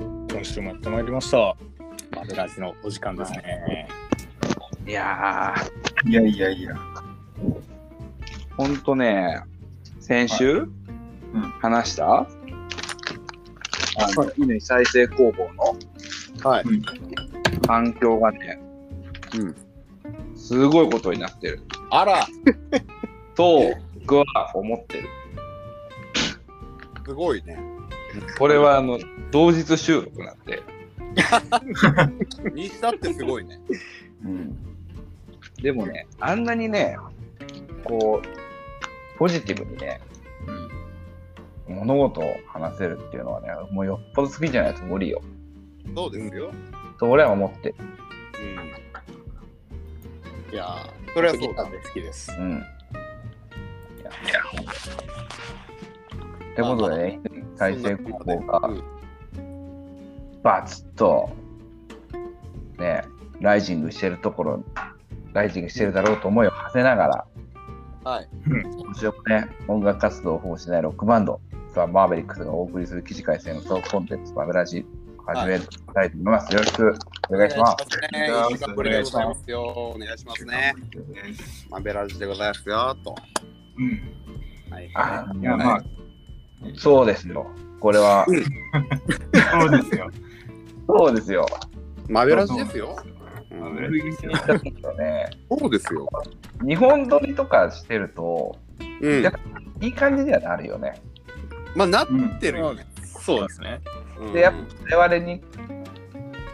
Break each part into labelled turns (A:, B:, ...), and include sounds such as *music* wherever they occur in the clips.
A: ってまいりました。マブラジのお時間ですね。
B: いや
C: いやいやいや。
B: ー、ほんとね、先週、
C: うん
B: 話した、あの、乾再生工房の
A: はい。
C: うん。
B: 反響がね、
A: うん
B: すごいことになってる。
A: あら、
B: と、僕は思ってる。
A: すごいね。
B: これは、あの、同日収録なんで。
A: 西田ってすごいね。
C: うん。
B: でもね、あんなにね、こう、ポジティブにね、物事を話せるっていうのはね、もうよっぽど好きじゃないと無理よ。
A: そうですよ。
B: と俺は思ってる。
A: うん。いやー、それはそうだね。好きです。
B: うん。いやってことでね、再生方法が
A: うん
B: バツッと、ね、ライジングしてるところ、ライジングしてるだろうと思いを馳せながら、
A: はい。
B: 今週もね、音楽活動を保護しないロックバンド、ザ・マーベリックスがお送りする記事改正のトークコンテンツ、バブラジ、始めたいと思います。よろしくお願いします。
A: ね
C: お願いします
A: いい時間ぶりでございますよ。お願いしますね。マブラジでございますよ。と。
C: うん。
A: はい。
B: あ
C: いや、まあ、
B: そうですよ。これは、
C: そうですよ。
B: そうですよ。
A: マブラジですよ。
C: マ
A: うん
C: ブラジですよ
B: ね
A: そうですよ。
B: 日本撮りとかしてると、
A: うん
B: やっ。ぱいい感じにはなるよね。
A: まあ、なっ
C: うん。
A: てるよね。
D: そうですね。
A: うん
B: でやっ我々に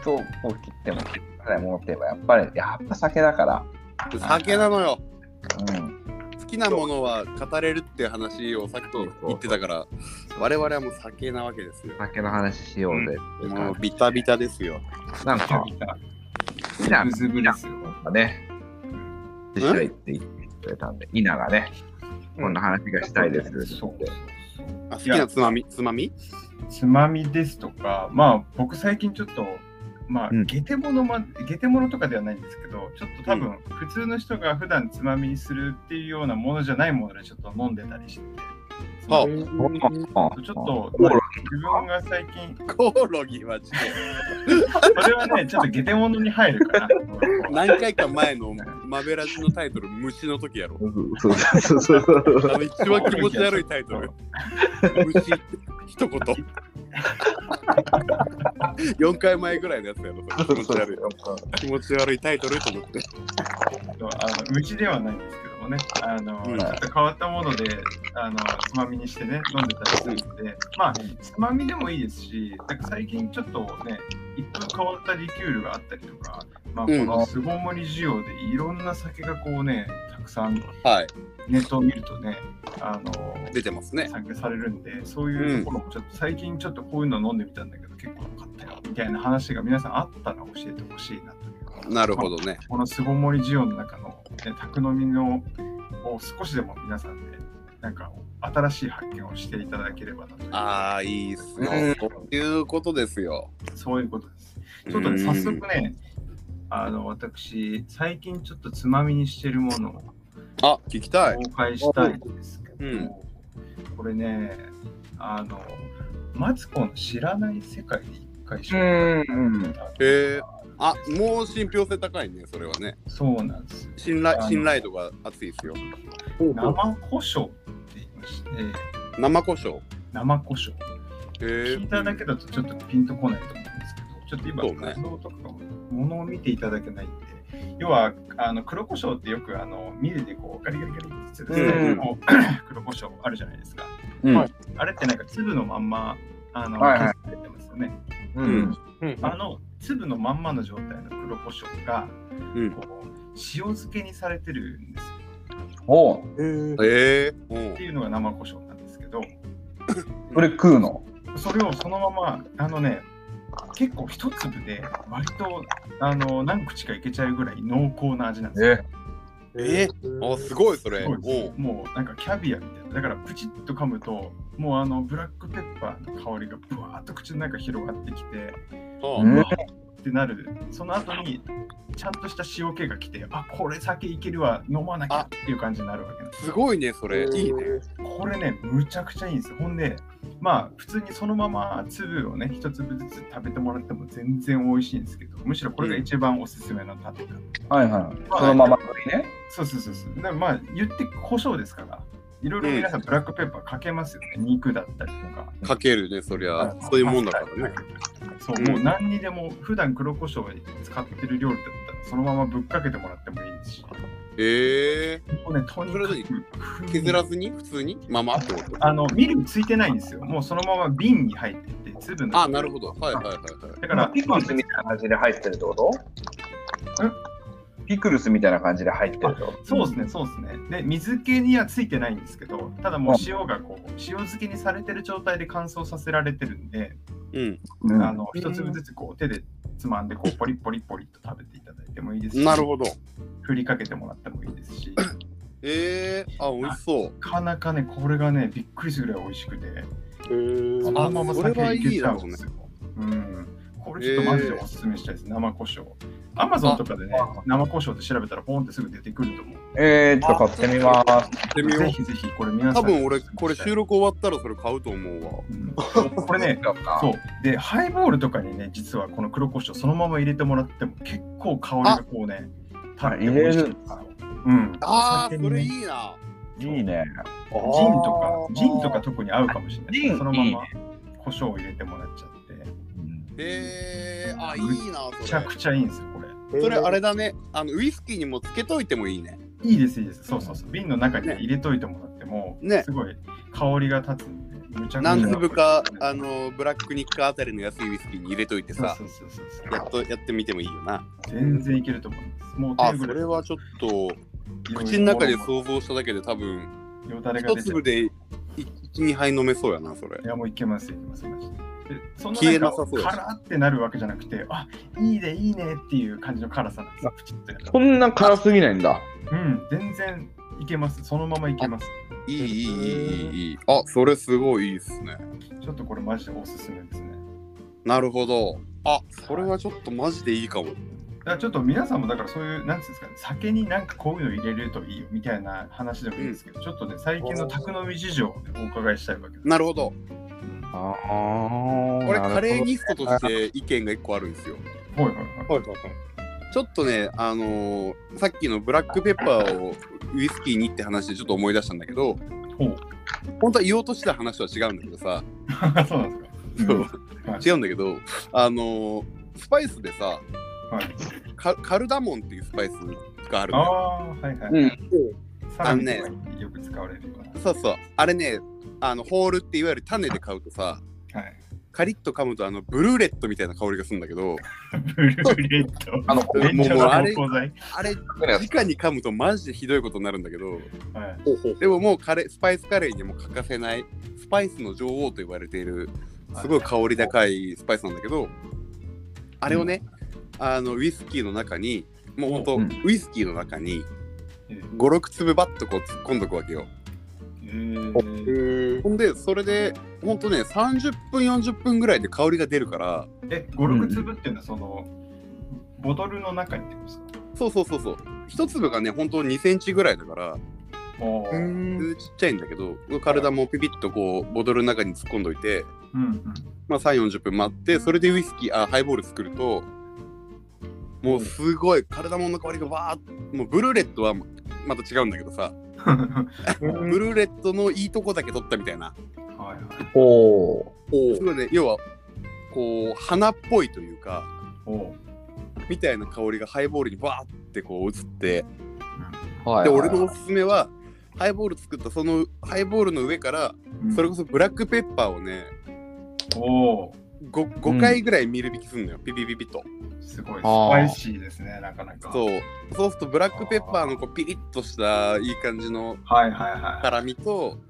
B: とこう切っても切らないものって言えばやっぱりやっぱ酒だから、
A: 酒なのよ。
B: うん、
A: 好きなものは語れるっていう話をさっき言ってたから我々はもう酒なわけですよ。
B: 酒の話しようぜ。
A: もうビタビタですよ。
B: なんか
C: ブ
B: 稲
C: ズブですよ。
B: がね、一緒に行って言ってくれたんで、稲がね、こんな話がしたいですって言
C: そう
B: って。
A: あ好きなつまみつまみ
C: つまみですとか、まあ、僕最近ちょっと、まあ
B: うん、
C: ゲテモノま、ゲテモノとかではないんですけど、ちょっと多分、普通の人が普段つまみにするっていうようなものじゃないものでちょっと飲んでたりして。
A: は
C: ちょっ
B: うん
C: と、
B: コオロ
C: 自分が最近、
A: コオロギは違う。
C: それはね、ちょっとゲテモノに入るかな。
A: 何回か前のマベラジのタイトル虫の時やろ。
B: そうそうそうそう。
A: あの一番気持ち悪いタイトル。虫一言。4回前ぐらいのやつやろ。
C: *laughs*
A: それ気持ち悪い。気持ち悪いタイトルと思って。
C: ちょっとあのうちではないんですけどもね、あの、
A: うん
C: ちょっと変わったものであのつまみにしてね飲んでたりするので、まあつまみでもいいですし、なんか最近ちょっとね、一風変わったリキュールがあったりとか、まあ、こ
A: うん
C: の巣ごもり需要でいろんな酒がこうね、たくさん
A: はい。
C: ネットを見るとね、あの
A: 出てますね。
C: 参加されるんで、そういうところもちょっと最近ちょっとこういうの飲んでみたんだけど、結構よかったよみたいな話が皆さんあったら教えてほしいなという。
A: なるほどね。
C: この巣ごもり需要の中の、ね、宅飲みのを少しでも皆さんで、なんか新しい発見をしていただければなという
A: ああ、いいっす
B: うん
A: ね。そういうことですよ。
C: そういうことです。ちょっと
A: う
C: ね、
A: ん
C: 早速ね、あの私、最近ちょっとつまみにしてるものを
A: あ、聞きたい。
C: 公開したいんですけど、
A: うん
C: これね、あの、マツコの知らない世界で一回紹
B: うんうん
C: 介した
A: へえあ、もう信憑性高いね、それはね。
C: そうなんですよ。
A: 信
C: あ
A: 頼
C: の
A: 信頼度が厚いですよ。
C: 生胡椒って言いまして、
A: 生胡椒。
C: 生胡椒。
A: へえ
C: 聞いただけだとちょっとピンとこないと思うんですけど、ちょっと
A: そうね
C: 今、画像とかも物を見ていただけないんで、要はあの黒胡椒ってよくあのミルでこうガリガリガリってつる
A: うん
C: こう黒胡椒あるじゃないですか。
B: うん
C: はいあれってなんか粒のまんまあの、
B: はいはい
C: 削られてますよね。
B: うん
C: あの粒のまんまの状態の黒胡椒が
A: うん
C: こう塩漬けにされてるんですよ。
B: おう
A: へえうん
C: っていうのが生胡椒なんですけど、
B: これ食うの
C: それをそのままあのね結構一粒で割とあの何口かいけちゃうぐらい濃厚な味なんですよ。
A: えあ、すごいそれ。
C: す
A: う
C: ごいです
A: ん
C: もうなんかキャビアみたいなだからプチッと噛むともうあのブラックペッパーの香りがブワーっと口の中広がってきて
A: あ
B: うん
C: ってなるその後にちゃんとした塩気が来てあこれ酒いけるわ飲まなきゃっていう感じになるわけなんです
A: すごいね、それ。いいね。
C: これねむちゃくちゃいいんですよほんでまあ普通にそのまま粒をね一粒ずつ食べてもらっても全然美味しいんですけどむしろこれが一番おすすめの食べ方、
B: はいはい。そのまま食いね。
C: そうそうそうそうだからまあ言って胡椒ですからいろいろ皆さんブラックペッパーかけますよね、肉だったりとか
A: かけるね、そりゃ。そういうもんだからね。
C: そう、
A: うん
C: もう何にでも普段黒胡椒を使ってる料理だったらそのままぶっかけてもらってもいいですし
A: え
C: もうねとにか
A: それ
C: く
A: ー、削らずに普通にままってこと
C: あのミルついてないんですよもうそのまま瓶に入ってて粒の
A: あ、なるほど。はいはいはいはい。
C: だ
B: だ
C: か
B: から
C: ら
B: ピクルスみたいな感じで入ってるってこと
C: ん
B: ピクルスみたいな感じで入ってるってこと
C: そうですね、そうですね。で、水気にはついてないんですけど、ただもう塩がこう、塩漬けにされてる状態で乾燥させられてるんで、
A: うん。
B: うん
C: あの、一粒ずつこう手でつまんで、こう、ポリポリポリと食べていただいてもいいですし、
A: なるほど。
C: 振りかけてもらってもいいですし、な
A: えー、あ、美味しそう。
C: かなかね、これがね、びっくりするぐらい美味しくて、そのまま
A: あ、それはい
C: 酒い
A: い
C: けちゃ
A: だ
C: う
A: ろうんね
C: で。すよ。うん。これちょっとマジでおすすめしたいです、生胡椒。アマゾンとかでね
B: あ、
C: 生胡椒って調べたら、ポンってすぐ出てくると思う。
B: えー、ちょっと買ってみます。
A: てみよう
C: ぜひぜひ、これ皆さ
A: 多
C: ん。
A: 分俺、これ収録終わったらそれ買うと思うわ。
C: うんこれね、
B: そ
C: そううでハイボールとかにね実はこの黒胡椒そのまま入れてもらっても結構香りがこうね立って美味しいんですようん
A: あー、
C: お酒
A: そ
C: に
A: れ
C: ね
A: いいな。
B: いいね。
C: ジンとかジンとか特に合うかもしれない
B: ジン
C: そのま
B: いいね
C: ま胡椒を入れてもらっちゃって
A: えー、あ、いいな、
C: めち
A: そ
C: ゃくちゃいいんですよこれ
A: れ。それあれだね。あの、ウイスキーにもつけといてもいいね。
C: いいですいいですそうそうそう瓶の中にね入れといてもらっても
A: ね
C: すごい香りが立つんでむちゃくちゃ
A: 何粒か、あの、ブラックニッカあたりの安いウイスキーに入れといて
C: そう
A: さ
C: そ、うそうそう
A: やっとやってみてもいいよな。
C: 全然いけると思いますもう
A: あ、
C: 手
A: そ
C: ぐらい
A: れはちょっと、口の中で想像しただけで多分、
C: よだれが
A: 一
C: 出て
A: 粒
C: る
A: で12杯飲めそうやなそれ
C: いやもういけますいけますマジで。でそんな
A: 消え
C: な
A: なんさ
C: か
A: そうだし
C: カラーってなるわけじゃなくて、あいいねいいねっていう感じの辛さなんですよ。プチッとやる
B: そんな辛すぎないんだ。
C: うん、全然いけます。そのままいけます。
A: いいいいいいいいいあそれすごいいいっすね
C: ちょっとこれマジでおすすめですね。
A: なるほどあそれはちょっとマジでいいかも
C: だからちょっと皆さんもだからそういう、なんていうんですかね、酒になんかこういうの入れるといいよみたいな話でもいいんですけど、ちょっとね、最近の宅飲み事情をね、お伺いしたいわけです。
A: なるほど
C: うん
B: ああ。
A: 俺カレー
B: に
A: ギストとして意見が1個あるんですよ
C: ほいほいほい。
A: はいはいはいちょっとねあのーさっきのブラックペッパーをウイスキーにって話でちょっと思い出したんだけど
C: ほう。
A: 本当は言おうとしてた話とは違うんだけどさ、
C: そうなんですか。はい
A: 違うんだけどあのースパイスでさ
C: はい、
A: カカルダモンっていうスパイスがある
C: あ
A: のよ
C: あ、はいはい。
B: うん。
C: サラミとかによく使われるよう
A: そうそうあれねあのホールっていわゆる種で買うとさ
C: な。はい。 *laughs*
A: カリッと噛むとあのブルーレットみたいな香りがするんだけど
C: ブルーレット。
B: あの、
A: もう
C: めっちゃ
A: もうあれ
C: の剤。
A: あ
C: *laughs*
A: れ直に噛むとマジでひどいことになるんだけど
C: はい。
A: でももうカレースパイスカレーにも欠かせないスパイスの女王と言われているすごい香り高いスパイスなんだけどあれをねあのウイスキーの中にもうほんと
B: うん
A: ウイスキーの中に
C: え
A: 56粒バッとこう突っ込んどくわけよ
C: えー
A: ほんでそれでほんとね30分40分ぐらいで香りが出るから
C: え、五六粒っていうのはその、ボトルの中にってことですか
A: そうそうそうそう。一粒がね、本当2センチぐらいだから、
C: おーうん
A: ちっちゃいんだけど、体もピピッとこう、ボトルの中に突っ込んどいて、
C: *laughs* うん。
A: まあ3、40分待って、それでウイスキー、あ、ハイボール作ると、もうすごい、体もの香りがわーっもうブルーレットはまた違うんだけどさ、ブルーレットのいいとこだけ取ったみたいな。
C: はいはい。
B: おー
A: すごいね、要は、こう、花っぽいというか、
C: おー
A: みたいな香りがハイボールにバーってこう移って、
B: はい
A: で
B: はい
A: 俺のおすすめはハイボール作ったそのハイボールの上から
C: うん
A: それこそブラックペッパーをね
C: おー
A: 5,
B: うん
A: 回ぐらいミル引きすんのよ、ピピピピと
C: すごい、ス
B: あー
C: パイシーですね、なかなか。
A: そうそうするとブラックペッパーのこうピリッとしたいい感じの
C: はいはいは
A: 辛みと
C: い。うん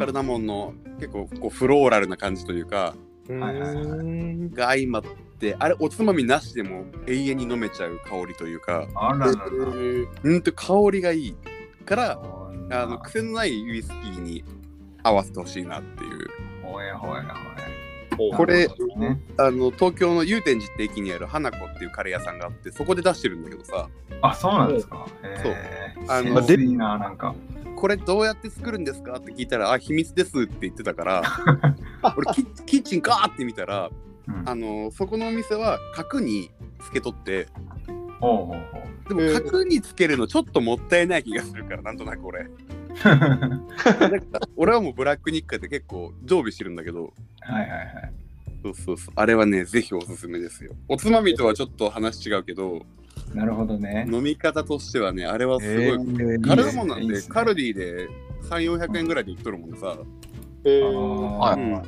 A: カルダモンの結構こうフローラルな感じというか
C: はいはいはい
A: が相まってあれおつまみなしでも永遠に飲めちゃう香りというか
C: あららら。
A: うんと香りがいいから
C: そんな
A: あの癖のないウイスキーに合わせてほしいなっていう
C: ほえほえほえ。
A: これ
C: なるほどね
A: あの東京の祐天寺って駅にある花子っていうカレー屋さんがあってそこで出してるんだけどさ
C: あ、そうなんですか。えー、
A: あ
C: あ
A: の
C: の、いいな、なんか。 *laughs*
A: これどうやって作るんですかって聞いたらあ秘密ですって言ってたから俺キッキッチンガーって見たら
C: うん
A: あのそこのお店は角につけとって *laughs*
C: おうおうおう
A: でも角につけるのちょっともったいない気がするからなんとなく俺
C: は
A: 俺はもうブラックニッカで結構常備してるんだけど
C: いはいはい。
A: そうそうそうあれはねぜひおすすめですよおつまみとはちょっと話違うけど
C: なるほどね。
A: 飲み方としてはねあれはすごい、
B: ー
A: カルダモンなん
C: いい
A: で
C: ですね
A: カルディで3400円ぐらいで売っとるもんさ、
C: あ
D: え
C: ー
B: はい
A: うん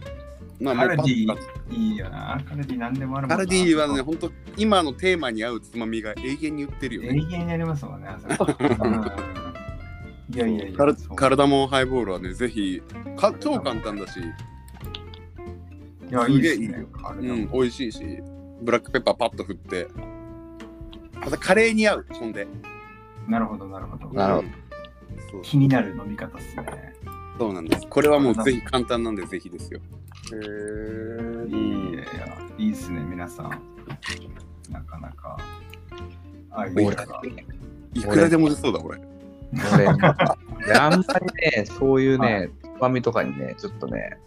A: まあ
C: カルディ
A: もうパッと
C: いいよな。カルディ何でもあるも
A: カ
C: んな
A: ルディはね、ほんと今のテーマに合うつまみが永遠に売ってるよ
C: 永
A: ね
C: 遠にありますもんね。あそこ
A: *laughs*
C: うんいやいやいや。
A: カル
C: そう
A: カルダモンハイボールはねぜひか超簡単だし、
C: いや、いいです
A: すげえいい
C: ね
A: よ。
C: カル
A: う
C: ダモン
A: ん、美味しいしブラックペッパーパッと振ってまたカレーに合うほんで
C: なるほど、なるほど。
B: なるほど
A: ど、うんそう
C: 気になる飲み方ですね。
A: そうなんですこれはもうぜひ簡単なんでぜひですよ
D: ー
C: いいやいや、いいですね、皆さん。なかなか。あ、いい
B: 俺
C: かが。
A: いくらでも出そうだ俺
B: 俺、いやあんまりね、そういうね、つまみとかにね、ちょっとね、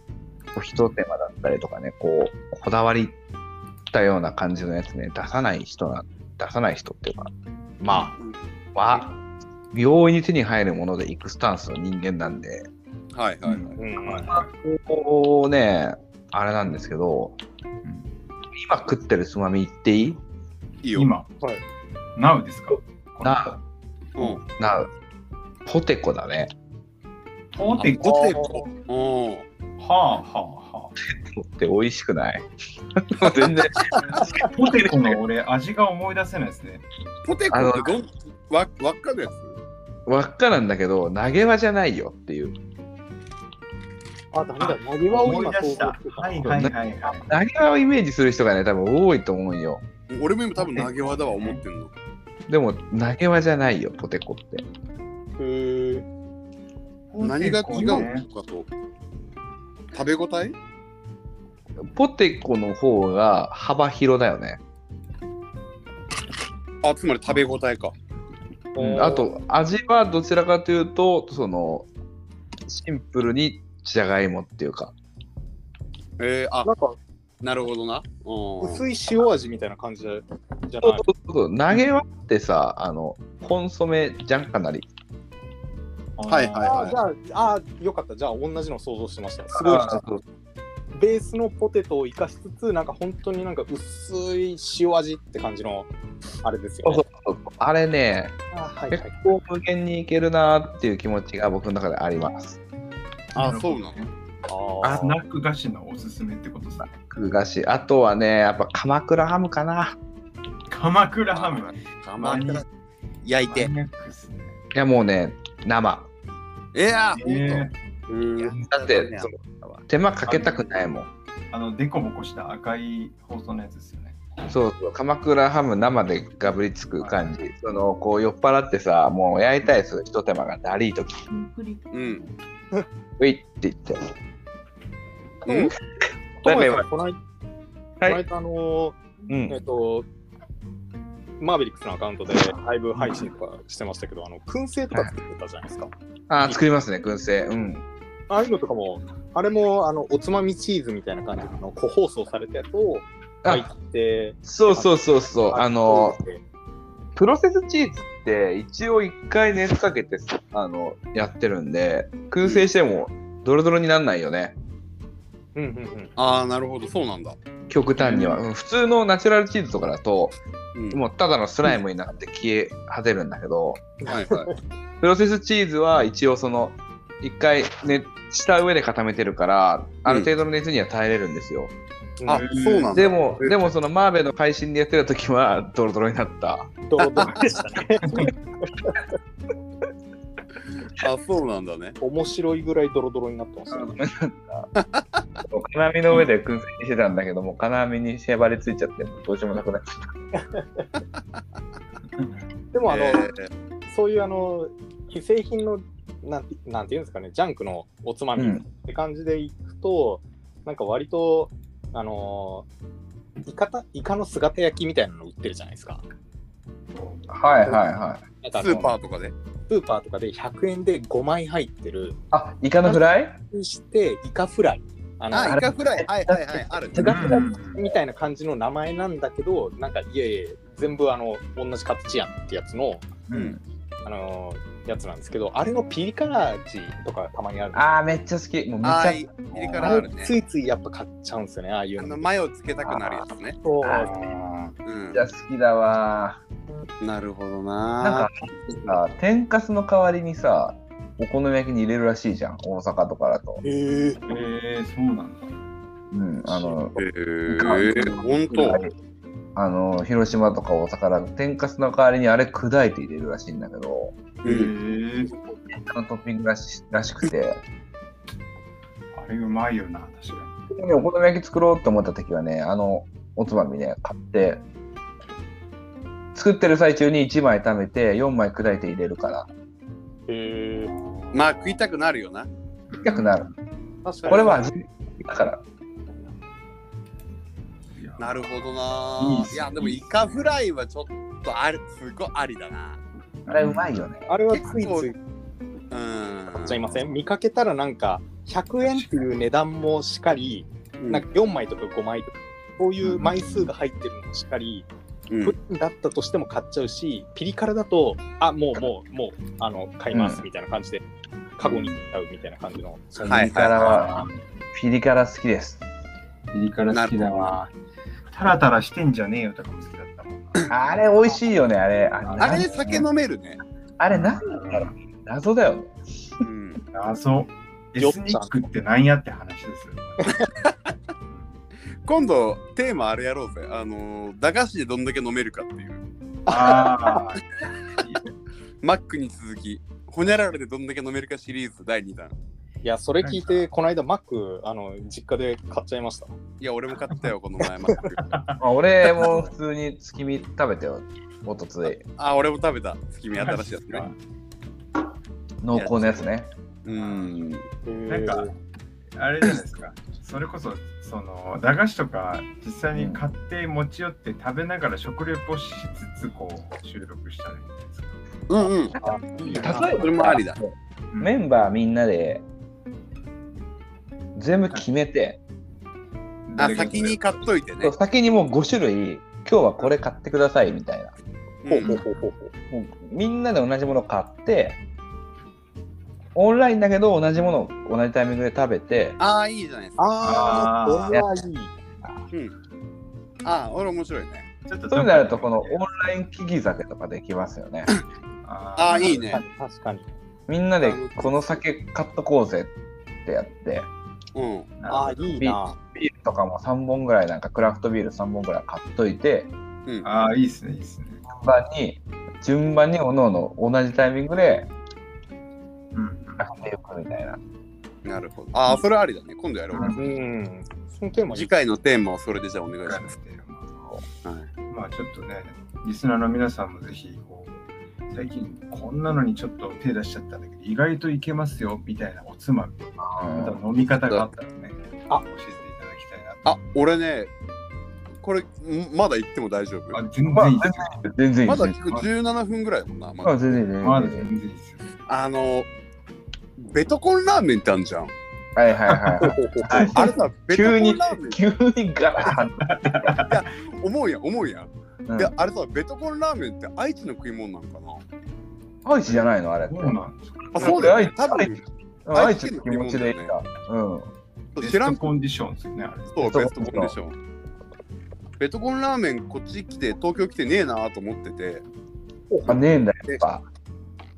B: こう一手間だったりとかね、こう、こだわりったような感じのやつね、出さない人な、出さない人っていうか、まあ、は、容易に手に入るもので行くスタンスの人間なんで、
A: はいはい、
C: うん
D: うん
C: はい
B: こうね、あれなんですけど、今食ってるつまみ言っていい
A: いいよ
C: 今、
D: はい、
C: Now ですか
B: な、
A: うん
B: な、ポテコだね。
C: ポテコ。
A: ポテコ。うん。
C: はあ
A: *laughs*
C: は
B: って美味しくない *laughs* 全然
C: あはあ。ポテコの俺、味が思い出せないですね。
A: ポテコ
B: あの
A: ってどんわ輪っかのやつ
B: 輪っかなんだけど投げ輪じゃないよっていう
D: あ、ダメだ。投げ輪を
C: 思い
D: 今
C: 出
D: 投
C: した。はいはいはいはい。
B: 投げ輪をイメージする人がね多分多いと思うよ
A: 俺も今多分投げ輪だわ思ってんの。
B: でも投げ輪じゃないよポテコって
D: え
A: 何が違う
C: ポテコね
A: のかと。食べ応え
B: ポテコの方が幅広だよね、
A: あ、つまり食べ応えか。
B: うんあ、と味はどちらかというとそのシンプルにじゃがいもっていうか
A: えー、あ
D: な、んか
A: なるほどな。うん。
D: 薄い塩味みたいな感じじゃじゃ
B: そう
D: ない。
B: そうそう投げ輪ってさあのコンソメじゃんかなり
A: はいはい
D: あじゃあ、あよかった。じゃあ、同じの想像してました。すごい。
B: あそう
D: ベースのポテトを生かしつつ、なんか本当になんか薄い塩味って感じの、あれですよ、
B: そう
D: ね。
B: そうそうあれね
D: あはいは
B: 結
D: い。
B: 構無限にいけるなーっていう気持ちが僕の中であります。
A: あ、そうなの。
C: あ
D: あ
C: スナック菓子のおすすめってことですね。
B: 具菓子。あとはね、やっぱ鎌倉ハムかな。
C: 鎌倉ハム。
A: たま
C: マニアック
A: 焼いて。
C: っすね。
B: いやもうね、生。
A: いやー、ほん
C: え
D: うん
B: だって、その手間かけたくないもん。
C: ーあの、デコボコした赤い包装のやつですよね。
B: そうそう、鎌倉ハム生でがぶりつく感じ。その、こう酔っ払ってさ、もう焼いたりする一手間がだりーとき、
A: と。うん。
B: ういって言って。
A: うん
D: トモヤ
B: は
D: さんこの間、この間あのー
B: う
D: えっ
B: ん。
D: と、マーベリックスのアカウントでライブ配信とかしてましたけど、あの燻製とか作ってたじゃないですか。
B: あー、作りますね、燻製。うん。
D: ああいうのとかも、あれもあのおつまみチーズみたいな感じの個包装されたやつを入
B: あ、
D: って、
B: そうそうそうそう。あのー、
D: ー、
B: プロセスチーズって一応一回熱かけてあのやってるんで燻製してもドロドロになんないよね
D: うんうんうん、
A: あー、なるほど、そうなんだ。
B: 極端には、うん普通のナチュラルチーズとかだと
A: うん。
B: もうただのスライムになって消え果てるんだけど
A: はいはい。
B: プロセスチーズは一応その一回熱した上で固めてるからある程度の熱には耐えれるんですよ、
A: *laughs* あ、そうなんだ。
B: でもでもそのマーベの会心でやってた時はドロドロになった
D: ドロドロでしたね。
A: あ、そうなんだね。
D: 面白いぐらいドロドロになってますよ、ね。
B: *laughs* もう金網の上で燻製してたんだけどもう金網に縛りついちゃってもうどうしようもなくなっちゃった
D: でもあの、
A: えー
D: そういうあの既製品のなんてなんていうんですかねジャンクのおつまみ
B: うん
D: って感じでいくと、なんか割とあのーイカたイカの姿焼きみたいなの売ってるじゃないですか。
B: はいはいはい。
D: なんか
A: ス
D: あの
A: ーパーとかで。
D: スーパーとかで100円で5枚入ってる
B: あ、イカのフライ
D: そしてイカフライあ
A: あ、
D: の
A: イカフライ。はいはいはい。ある。
D: 手が
C: うん
D: みたいな感じの名前なんだけどなんかいやいや全部あの同じ形やんってやつの、
A: う
C: うんん。
D: あのーやつなんですけどあれのピリ辛味とかたまにあるんですよ
B: ああ、めっちゃ好き。もうめっ
A: あ
B: ち
A: あ、
B: ゃ。
A: いピリ辛
D: あ
A: あ
D: れ
A: るね。
D: ついついやっぱ買っちゃうんですよねああいう
A: あの
D: の
A: 前をつけたくなるやつね。
D: そう
A: うん
B: め。っちゃ好きだわ
A: なるほど
B: ー。
A: な。
B: なんかさ、天かすの代わりにさ、お好み焼きに入れるらしいじゃん、大阪とかだと。
D: へえ
C: えー、そうなんだ。
B: うん、あの、
A: へえ、ほんと。
B: あの広島とか大阪だと天かすの代わりにあれ砕いて入れるらしいんだけど、
A: う
C: え
A: ん。
C: ー、
B: あのトッピングらしらしくて、
C: あれうまいよな、確かに。
B: でお好み焼き作ろうと思った時はね、あのおつまみね、買って、作ってる最中に1枚食べて、4枚砕いて入れるから、
D: へえ
A: まあ食いたくなるよな。
B: 痛くなる。
D: 確かに
B: これは味だから。
C: いや
A: なるほど
C: いい
A: な
C: っ。す
A: いや、でもイカフライはちょっとあれ、すごいありだな。
B: あれうまいよね。
D: あれはついつい
A: うん。
D: 買っちゃいません見かけたらなんか100円っていう値段もしっかり
A: うん
D: なんか4枚とか5枚とかそういう枚数が入ってるのもしっかり
A: うん
D: プリンだったとしても買っちゃうし、ピリ辛だと、あ、もうもうもう、あの、買いますみたいな感じで、カゴに入れちゃうみたいな感じの。そんな
A: は
B: ピ
A: い
B: リ辛は、ピリ辛好きです。
C: ピリ辛好きだわ。タラタラしてんじゃねえよとかも好きだったもんな。
B: あれ美味しいよね、あれ。あれ
A: あれで酒飲めるね。
B: あれなんなんだろう謎だよね。
A: うん。
C: 謎。エスニックってなんやって話
A: *laughs*
C: ですよ。
A: 今度、テーマあれやろうぜ。あのー、駄菓子でどんだけ飲めるかっていう。
C: ああ。
A: マックに続き、ほにゃららでどんだけ飲めるかシリーズ第2弾。
D: いや、それ聞いて、この間、マック、あの、実家で買っちゃいました。
A: いや、俺も買
D: *laughs*
A: ったよ、この前、マック。
B: まあ、俺も普通に月見食べたよ、おとつい。
A: あ、俺も食べた。月見新しいやつね。
B: 濃厚なやつね。
A: うん。
C: なんか、あれじゃないですか。それこそ、その、駄菓子とか、実際に買って持ち寄って食べながら食レポしつつ、こう、収録したらいいんじゃないですか。
A: うんうん。
D: いい
B: 例え
D: な
B: ば
A: それもありだ。
C: うん
B: メンバーみんなで全部決めて、
A: あ、先に。買っといてね。
B: 先にもう5種類、今日はこれ買ってくださいみたいな。
D: ほ
A: う
D: うんほうほうほうほう。
B: もうみんなで同じもの買って、オンラインだけど同じものを同じタイミングで食べて、
A: ああ、いいじゃないですか。
D: あ
C: あー
D: あ、これはいい。
A: ああ、俺面白いね。
C: ちょっと
B: そうなるとこのオンライン聞き酒とかできますよね。
A: あ
C: あ
A: あ、
C: ー
A: いいね。
D: 確かに。
B: みんなでこの酒買っとこうぜってやって。
A: うん。
D: ああ、いいな。
B: ビールとかも3本ぐらいなんかクラフトビール3本ぐらい買っといて
A: うん。
C: あー、いいですね、いいですね。
B: 順番に順番におのの同じタイミングで
C: うん。
B: 買っていくみたいな
A: なるほど。ああ、それありだね。今度やろ
C: う
A: う。
D: うん。そのテーマい
A: 次
D: い、
A: 回のテーマはそれでじゃあお願いします。はい
C: まあちょっとね、リスナーの皆さんもぜひこう、最近こんなのにちょっと手出しちゃったんだけど、意外といけますよみたいなおつまみ、また飲み方があったらね、
D: あ
C: 教えていただきたいなと。
A: あ、俺ね、これ、んまだ言っても大丈
C: あ
A: 夫、
C: 全
B: まあ
C: 然いいですよ。
B: 全然いい
A: ま
B: です
A: だ
B: ね
A: 聞く17分ぐらいだもんな。ま
B: ま
A: だ
B: あ全然全然
C: まだ
B: 全然
C: 全然いいですよ。
A: あの、ベトコンラーメンってあるじゃん。
B: はいはいは
D: ほ
B: い
D: う
B: は
D: ほうほう
C: はい
A: あれさ、ベトコ
B: 急に
A: ンラーメン
B: い *laughs* 急にガラーン
A: 思うやん、思うやん。
B: うん
A: で、あれさ、ベトコンラーメンって愛知の食い物なんかな
B: 愛知じゃないのあれって
C: そうなんですか。
A: あ、そうだよ、ね。多
B: だって愛
A: 分、
B: うん愛知の気持ちでいい
A: 愛知
B: かうん
A: 知
C: 知
A: ら
C: ら
A: ん
C: んコンディションですよね、あれ。
A: そ
B: ベ
A: う、ベス
B: スト
A: トコ
B: コ
A: ン
B: ン
A: で
B: で
A: しょ。ベトコンラーメン、こっち来て、東京来てねえなと思ってて、
B: あねえんだやっぱ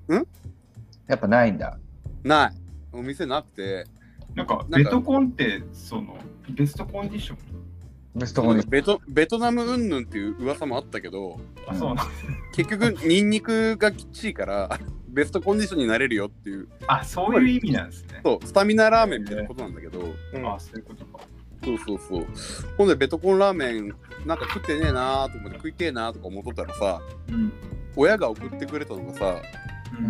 A: うん
B: やっぱないんだ
A: ない。お店なくて、
C: なんか、
A: なん
C: ベ
A: か
C: トコンって、その、ベストコンディション。
B: ベストコンディシ
A: ベトベトナム云々っていう噂もあったけど、
C: あ、そうなん
A: 結 *laughs* 局、ニンニクがきっちいから、ベストコンディションになれるよっていう、
C: あ、そういう意味なんですね。
A: そう、スタミナラーメンみたいなことなんだけど、
D: うん
C: あ、そういうことか。
A: そうそうそう。ほんで、ベトコンラーメン、なんか食ってねえなと思って、食いてえなとか思っとったらさ、
C: うん。
A: 親が送ってくれたのがさ、
C: う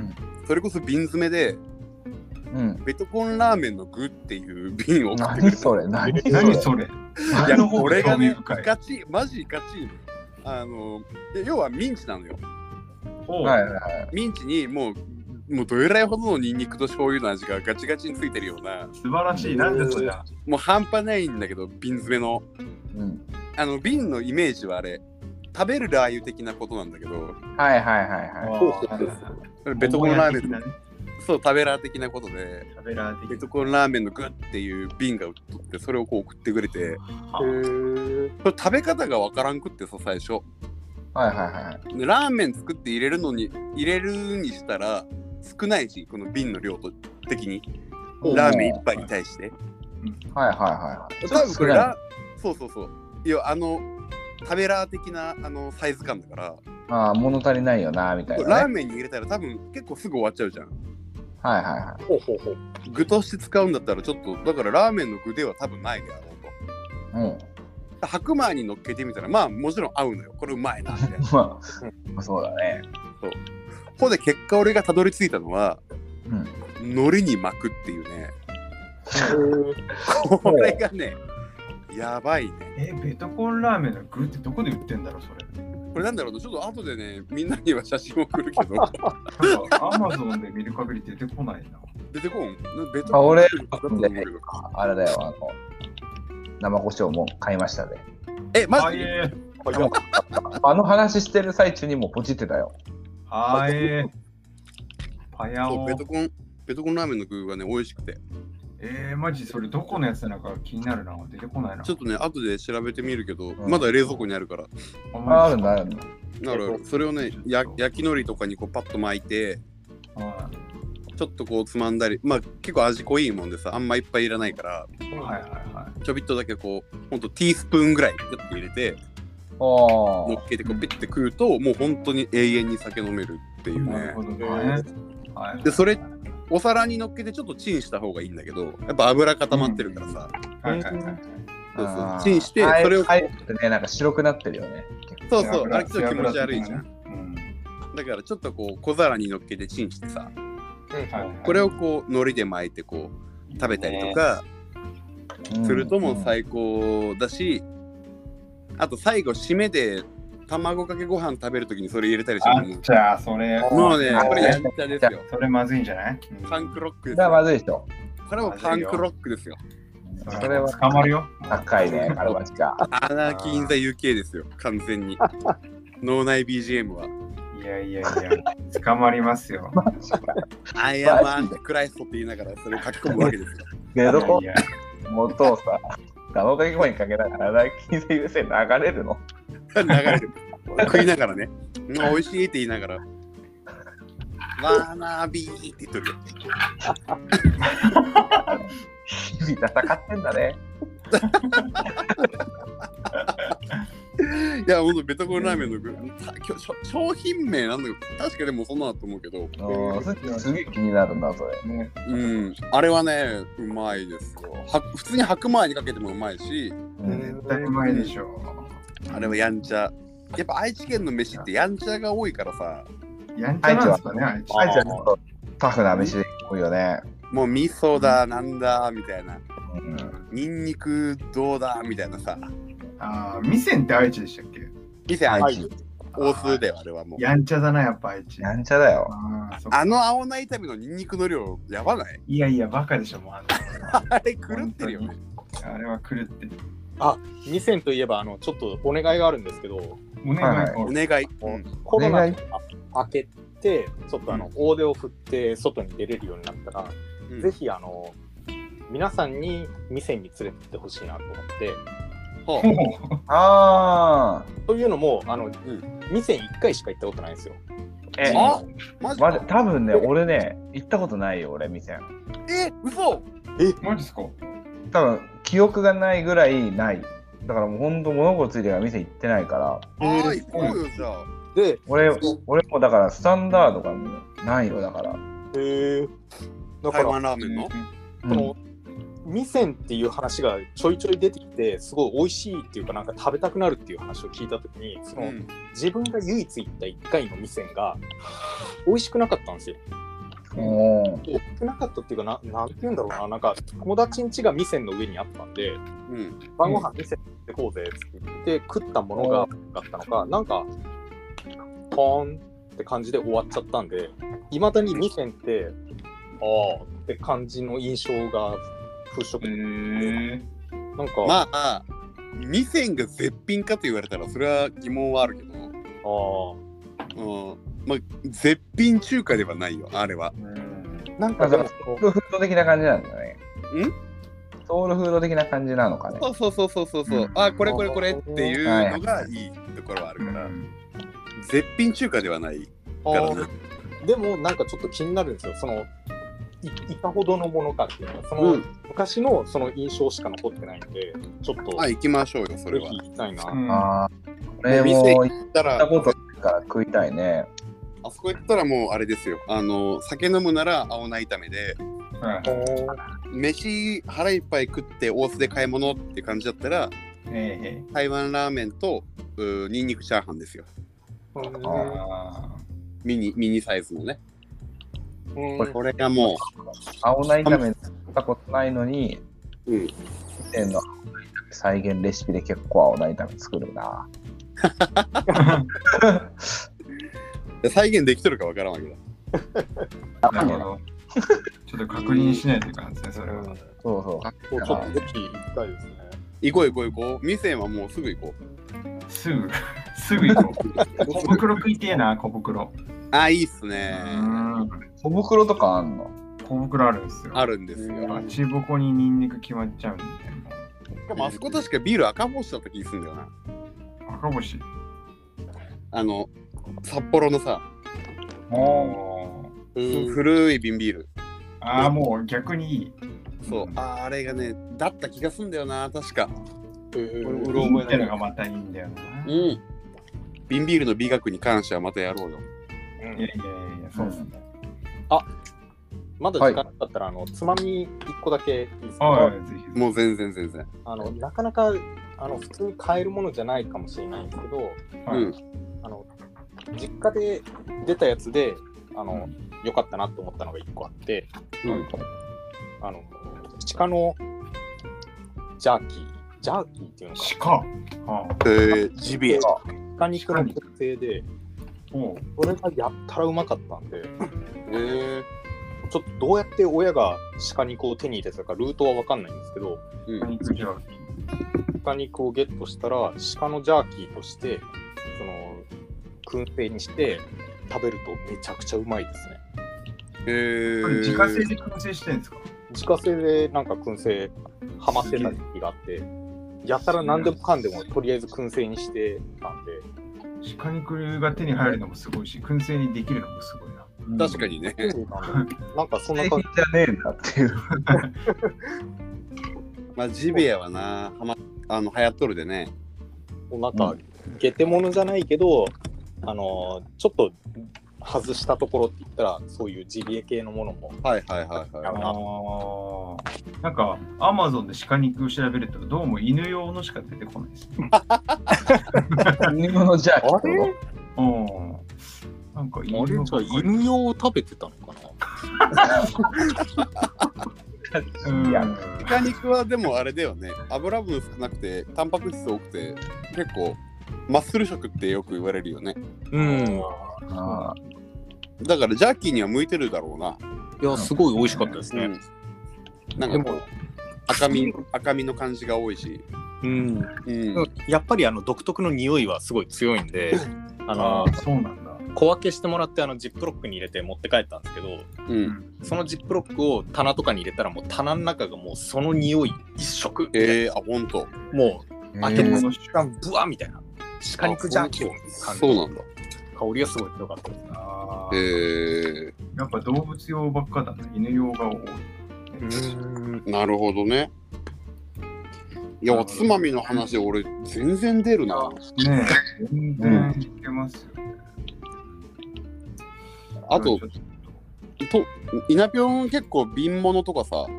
C: ん。
A: それこそ瓶詰めで、
B: ョンうん
A: ベトコンラーメンの具っていう瓶を送ってくれ
B: 何
A: た。
B: それ何それ
C: 何それ
A: いや、
C: 何の方
A: これ
C: が
A: が
C: 興味
A: ね、
C: 深
A: い
C: い。
A: かちい、マジいかちいのよ。あの、で要はミンチなのよ。
C: ほう
B: はいはいはい
A: ミンチにもうもうどえらいほどのニンニクと醤油の味がガチガチについてるような
C: 素晴らしい。なんでそりゃ。
A: もう半端ないんだけど瓶詰めの
B: うん。
A: あの瓶のイメージはあれ食べるラー油的なことなんだけど
B: はいはいはいはい。
D: そうそうそう
A: ベトコンラーメ
C: ン。
A: ンそう食べラー的なことで
C: 食べラー
A: ベ
C: 的
A: トコンラーメンのグっていう瓶が売っとってそれをこう送ってくれて
C: な。
A: それ食べ方がわからんくってさ最初
B: はいはいはいはい。
A: でラーメン作って入れるのに入れるにしたら少ないしこの瓶の量と的にラーメン一杯に対して
B: はいはいはいはい。
A: 多分これラそうそうそういやあの食べラー的なあのサイズ感だから
B: ああ、物足りないよな、みたい
A: ラ
B: な、
A: ー
B: ね。
A: メンに入れたら多分結構すぐ終わっちゃうじゃん
B: はいはいはい。
D: ほうほうほう。
A: 具として使うんだったらちょっとだからラーメンの具では多分ないであろうと
B: うん。 *laughs*
A: 白米に乗っけてみたらまあもちろん合うのよこれうまいなみたい *laughs* な
B: まあ、そうだね。
A: ここで結果俺がたどり着いたのは
B: うん。
A: 海苔に巻くっていうねこれがねやばいね
C: え、ベトコンラーメンの具ってどこで売ってんだろう、それ。
A: これなんだろうなちょっと後でねみんなには写真送るけど
C: なんかアマゾンで見る限り出てこないな。
A: 出てこんベト
B: あ、俺
A: だと思うけど、
B: あれだよ、あの、生胡椒も買いましたね。
A: えマ
C: あ
A: ジ
C: い
A: で
C: え。
B: あの話してる最中にもポチってたよ。
C: あいえ。パヤ
A: そう
C: オ
A: ベ。トコンベトコンラーメンの具がね美味しくて
C: えー、マジそれどこのやつなのか気になるな。出てこないな
A: ちょ。っとね後で調べてみるけど、
B: うん
A: まだ冷蔵庫にあるから
C: あん
B: あ
C: ま
B: ある
C: り
B: んだ、あるんだ。
A: だからそれをねや焼きのりとかにこうパッと巻いて
C: は
A: ちょっとこうつまんだりまあ結構味濃いもんでさあんまいっぱいいらないから
C: いはいは
A: ちょびっとだけこうほんとティースプーンぐらいやって入れて
B: お
A: 乗
B: ー
A: っけてこうピッて食うともう本当に永遠に酒飲めるってい
C: い。
A: う
C: な
A: ね
C: るほどね。はい、
A: でそれお皿に乗っけてちょっとチンした方がいいんだけどやっぱ油固まってるからさ、
C: はいはいはい。
A: そうそう
B: あー
A: チンして
B: はい
A: それを
B: はいってね、なんか白くなってるよね。
A: そうそうあれちょっと気持ち悪いじゃん
C: ん。
A: だからちょっとこう小皿に乗っけてチンしてさ
C: はい
A: これをこう海苔で巻いてこう食べたりとか
B: うん
A: するともう最高だし、あと最後締めで卵かけご飯食べるときにそれ入れたりして
C: あ
A: も
C: っちゃあ、それ。
A: もうね
B: あ
A: これやんちゃですよ
C: それまずいんじゃない
A: パンクロック
B: う
A: で
B: ん
A: す
B: だから
A: よ
B: まずいでしょ。
A: これもパンクロックですよ
B: それは
C: 捕まるよ。
B: 高い
A: *laughs*
B: ね、カルバチが。
A: アナーキー・イン・ザ・ UK ですよ完全に脳内 BGM はい
C: やいやいや、捕まりますよ。
A: 「アイアム・アンクライスト」って言いながらそれを書き込むわけですよ *laughs*
B: で、どこ
C: いや
B: 元をさ、卵かけご飯にかけながら、ラッキーで優勢流れるの。
A: 流れる食いながらね「うん美味しい」って言いながら「ワーナービー」って言っとるよ
B: 日々戦ってんだね。
A: いや、ほんと、ベトコンラーメンの具、た今日しょ商品名なんだけど、確かでもそんなだと思うけど、
B: うん、それすげえ気になるな、それ。
C: いやね
A: うん、あれはね、うまいですよ。は普通に白米にかけてもうまいし、
B: うん
C: 絶対うまいでしょ
A: あれはやんちゃ。やっぱ愛知県の飯ってやんちゃが多いからさ、
C: う。やんちゃなんですかね、あいつ。
B: あいつはちょっとタフな飯で多いよね。
A: もう味噌だ、なんだ、みたいな、
B: うん、
A: ニンニクどうだ、みたいなさ、
C: ああ、ミセンって愛知でしたっけ
A: 以前愛
B: 愛
A: 知
B: 知、
A: 大須ではあれはもう。
C: やんちゃだな、やっぱ愛知。
B: なんちゃだよ。
C: あーそっか
A: あの青菜炒めのニンニクの量、やばない *laughs*
C: いやいや、バカでしょ、もうあ
A: あれ狂ってるよね。
C: の。あれは狂ってる。
D: 二千といえば、あの、ちょっとお願いがあるんですけど、
C: お願
B: はいは
C: い
B: い
A: お
C: こ
A: 願い。うん
D: コロナ
B: お願い
D: が明けて、ちょっとあの、大手を振って外に出れるようになったら、
A: うん
D: ぜひあの、皆さんに店に連れてってほしいなと思って、
A: ほ
C: う
A: う
B: あ
D: というのも、あの
A: ん、
D: 店1回しか行ったことないんですよ。
B: ー。え
A: あマジ
B: まだ多分ね、俺ね、行ったことないよ、俺、店。
A: え、嘘
C: マジっすか
B: 多分記憶がないぐらいない。だからもうほんと物心ついてから店行ってないから、
A: あー、行こうよ、じゃあ。
D: で、
B: 俺
D: そう、
B: 俺もだからスタンダードがもうないよ、だから。
D: えー、だか
A: 台
D: ら、
A: 湾ラーメンの
B: うん
D: この、味仙っていう話がちょいちょい出てきて、すごい美味しいっていうか、なんか食べたくなるっていう話を聞いたときに、その、
A: うん
D: 自分が唯一行った1回の店が、美味しくなかったんですよ。
B: おー
D: 美味しくなかったっていうか、ななんて言うんだろうな、なんか、友達ん家が店の上にあったんで、
A: うん、
D: 晩ご飯店行ってこうぜって言って、食ったものが
B: う
D: だったのか、なんか、ポーンって感じで終わっちゃったんで、いまだに2軒って、ああって感じの印象が払
C: え
D: 拭、
C: ー、
D: なんか、あ
A: まあ2銭が絶品かと言われたらそれは疑問はあるけど、うん
D: あ
A: まあ、絶品中華ではないよあれは
D: なんか
B: あで
D: で
B: も
D: も、
B: ソウルフード的な感じなんだね。ソウルフード的な感じなのかね。
A: そうそうそうそうそうそう、
C: うん
A: あこれこれこれっていうのがいいところはあるから、絶品中華ではないからな
D: でもなんかちょっと気になるんですよ、その、いいかほどのものかっていうのは、その、
A: うん
D: 昔のその印象しか残ってないんで、ちょっと、
A: まあ行きましょうよそ
D: ぜ
A: れは
D: ひ行きたいな。
C: うん
B: ああ、これも
A: 店
B: 行
A: 行
B: っ
A: だか
B: た
A: ら
B: ことないから食いたいね。
A: あそこ行ったらもうあれですよあの酒飲むなら青菜炒めで
C: はい
A: 飯腹いっぱい食って大須で買い物って感じだったら
C: えー、
A: 台湾ラーメンとうーニンニクチャーハンですよ
B: あ
C: え
B: ー
C: ー、あ
A: ミニミニサイズのね
D: うん
A: これがも
B: 青菜炒め作ったことないのに、
A: う、うん、
B: 以前の青菜炒め再現レシピで結構青菜炒め作るな。
C: ー
A: 再現できとるかわからんわけだ
C: なるほど。ちょっと確認しないといけないですね、それは。
B: そうそう。
D: ちょっとぜひ行きたいですね。
A: 行こう行こう行こう店はもうすぐ行こう
C: すぐ、すぐ行こう。小 *laughs* 袋食いてえな、小袋。
A: あいいっす
C: う
A: ね
C: ん。
B: 小袋とかあんの
C: 小袋あるんですよ。
A: あるんですよ
C: あちぼこにニンニク決まっちゃうんで。
A: でもあそこ確かビール赤星だった気すんだよな
C: 赤星。
A: あの札幌のさ
C: もう。
A: 古い瓶ビール
C: ああ、もう逆にいい。
A: そう、ああれがねだった気がすんだよな確か
D: うん
A: う
C: う
A: ろ
C: ろ
A: 覚
C: 覚
A: えだね
C: えてのがまたいいんだよな。い
A: うん瓶ビールの美学に関してはまたやろうよ
C: やいやいや、そうですね。
D: まだ時間だったら、あのつまみ1個だけいいですか、
C: はい、ぜひぜひ。
A: もう全然全然
D: あのなかなかあの普通に買えるものじゃないかもしれないんですけど
C: はい
A: うん
D: あの実家で出たやつであの良かったなと思ったのが1個あって
A: うん
D: あの鹿のジャーキージャーキーっていうのか
C: 鹿。はあ。
A: えー、ジビエ
D: 鹿肉の特製で
C: おう
D: それがやったらうまかったんで
A: えー、
D: ちょっとどうやって親が鹿肉を手に入れてたかルートは分かんないんですけど
A: う
C: お
A: ん
C: 肉じゃあ。
D: 鹿肉をゲットしたら鹿のジャーキーとしてその燻製にして食べるとめちゃくちゃうまいですね
A: え
C: これ自家製
A: ー、
C: で燻製してるんですか
D: 自家製でなんか燻製ハマってた時期があってやたら何でもかんでもとりあえず燻製にしてたんで
C: 鹿肉が手に入るのもすごいし、燻製にできるのもすごいな。
A: 確か
C: に。
A: にね
D: なんかそんな
B: 製
D: 感
B: 品
D: じ
B: じゃねえんだっていう。
A: まあジビエはなはまあの流行っとるでね
D: なんかゲテモノじゃないけどあのちょっと外したところって言ったらそういうジビエ系のものも
A: はいはいはいはい
D: あ
C: あーなんか、アマゾンで鹿肉を調べると、どうも犬用のしか出てこないですね。
B: 煮物じゃあ、
D: あ
B: き
D: れ
C: うん。なんか犬用ばっかり
D: 用を食べてたのかな
C: うん
B: いや
A: 鹿肉はでもあれだよね油分少なくてタンパク質多くて結構マッスル食ってよく言われるよね
D: うん
B: あ
A: だからジャーキーには向いてるだろうな、
D: いやすごい美味しかったです
A: う
D: ね
A: ん、なんかこう赤身赤身の感じが多いし、
D: うん
A: うん
D: うんやっぱりあの独特の匂いはすごい強いんで、あ
C: あ
D: の
C: ーそうなんだ。
D: 小分けしてもらってあのジップロックに入れて持って帰ったんですけど、
A: うん、
D: そのジップロックを棚とかに入れたらもう棚の中がもうその匂い一色、
A: えー、あほんと
D: もう
B: ー
D: 開
C: で
D: け
C: も
D: て
C: そ
D: そ
C: の
D: 時間ブワーみたいな鹿肉ジャーキーの感じ
A: そうなんだ
D: 香りがすごい強かったですな。
C: あ
A: え
C: ー
A: ー、
C: やっぱ動物用ばっかだね。犬用が多い。
A: なるほどねいやおつまみの話俺全然出るな
C: ねえ、全然いけますよ。
A: あと
C: ちょっ
A: とイナピョン結構瓶物とかさ
C: はい。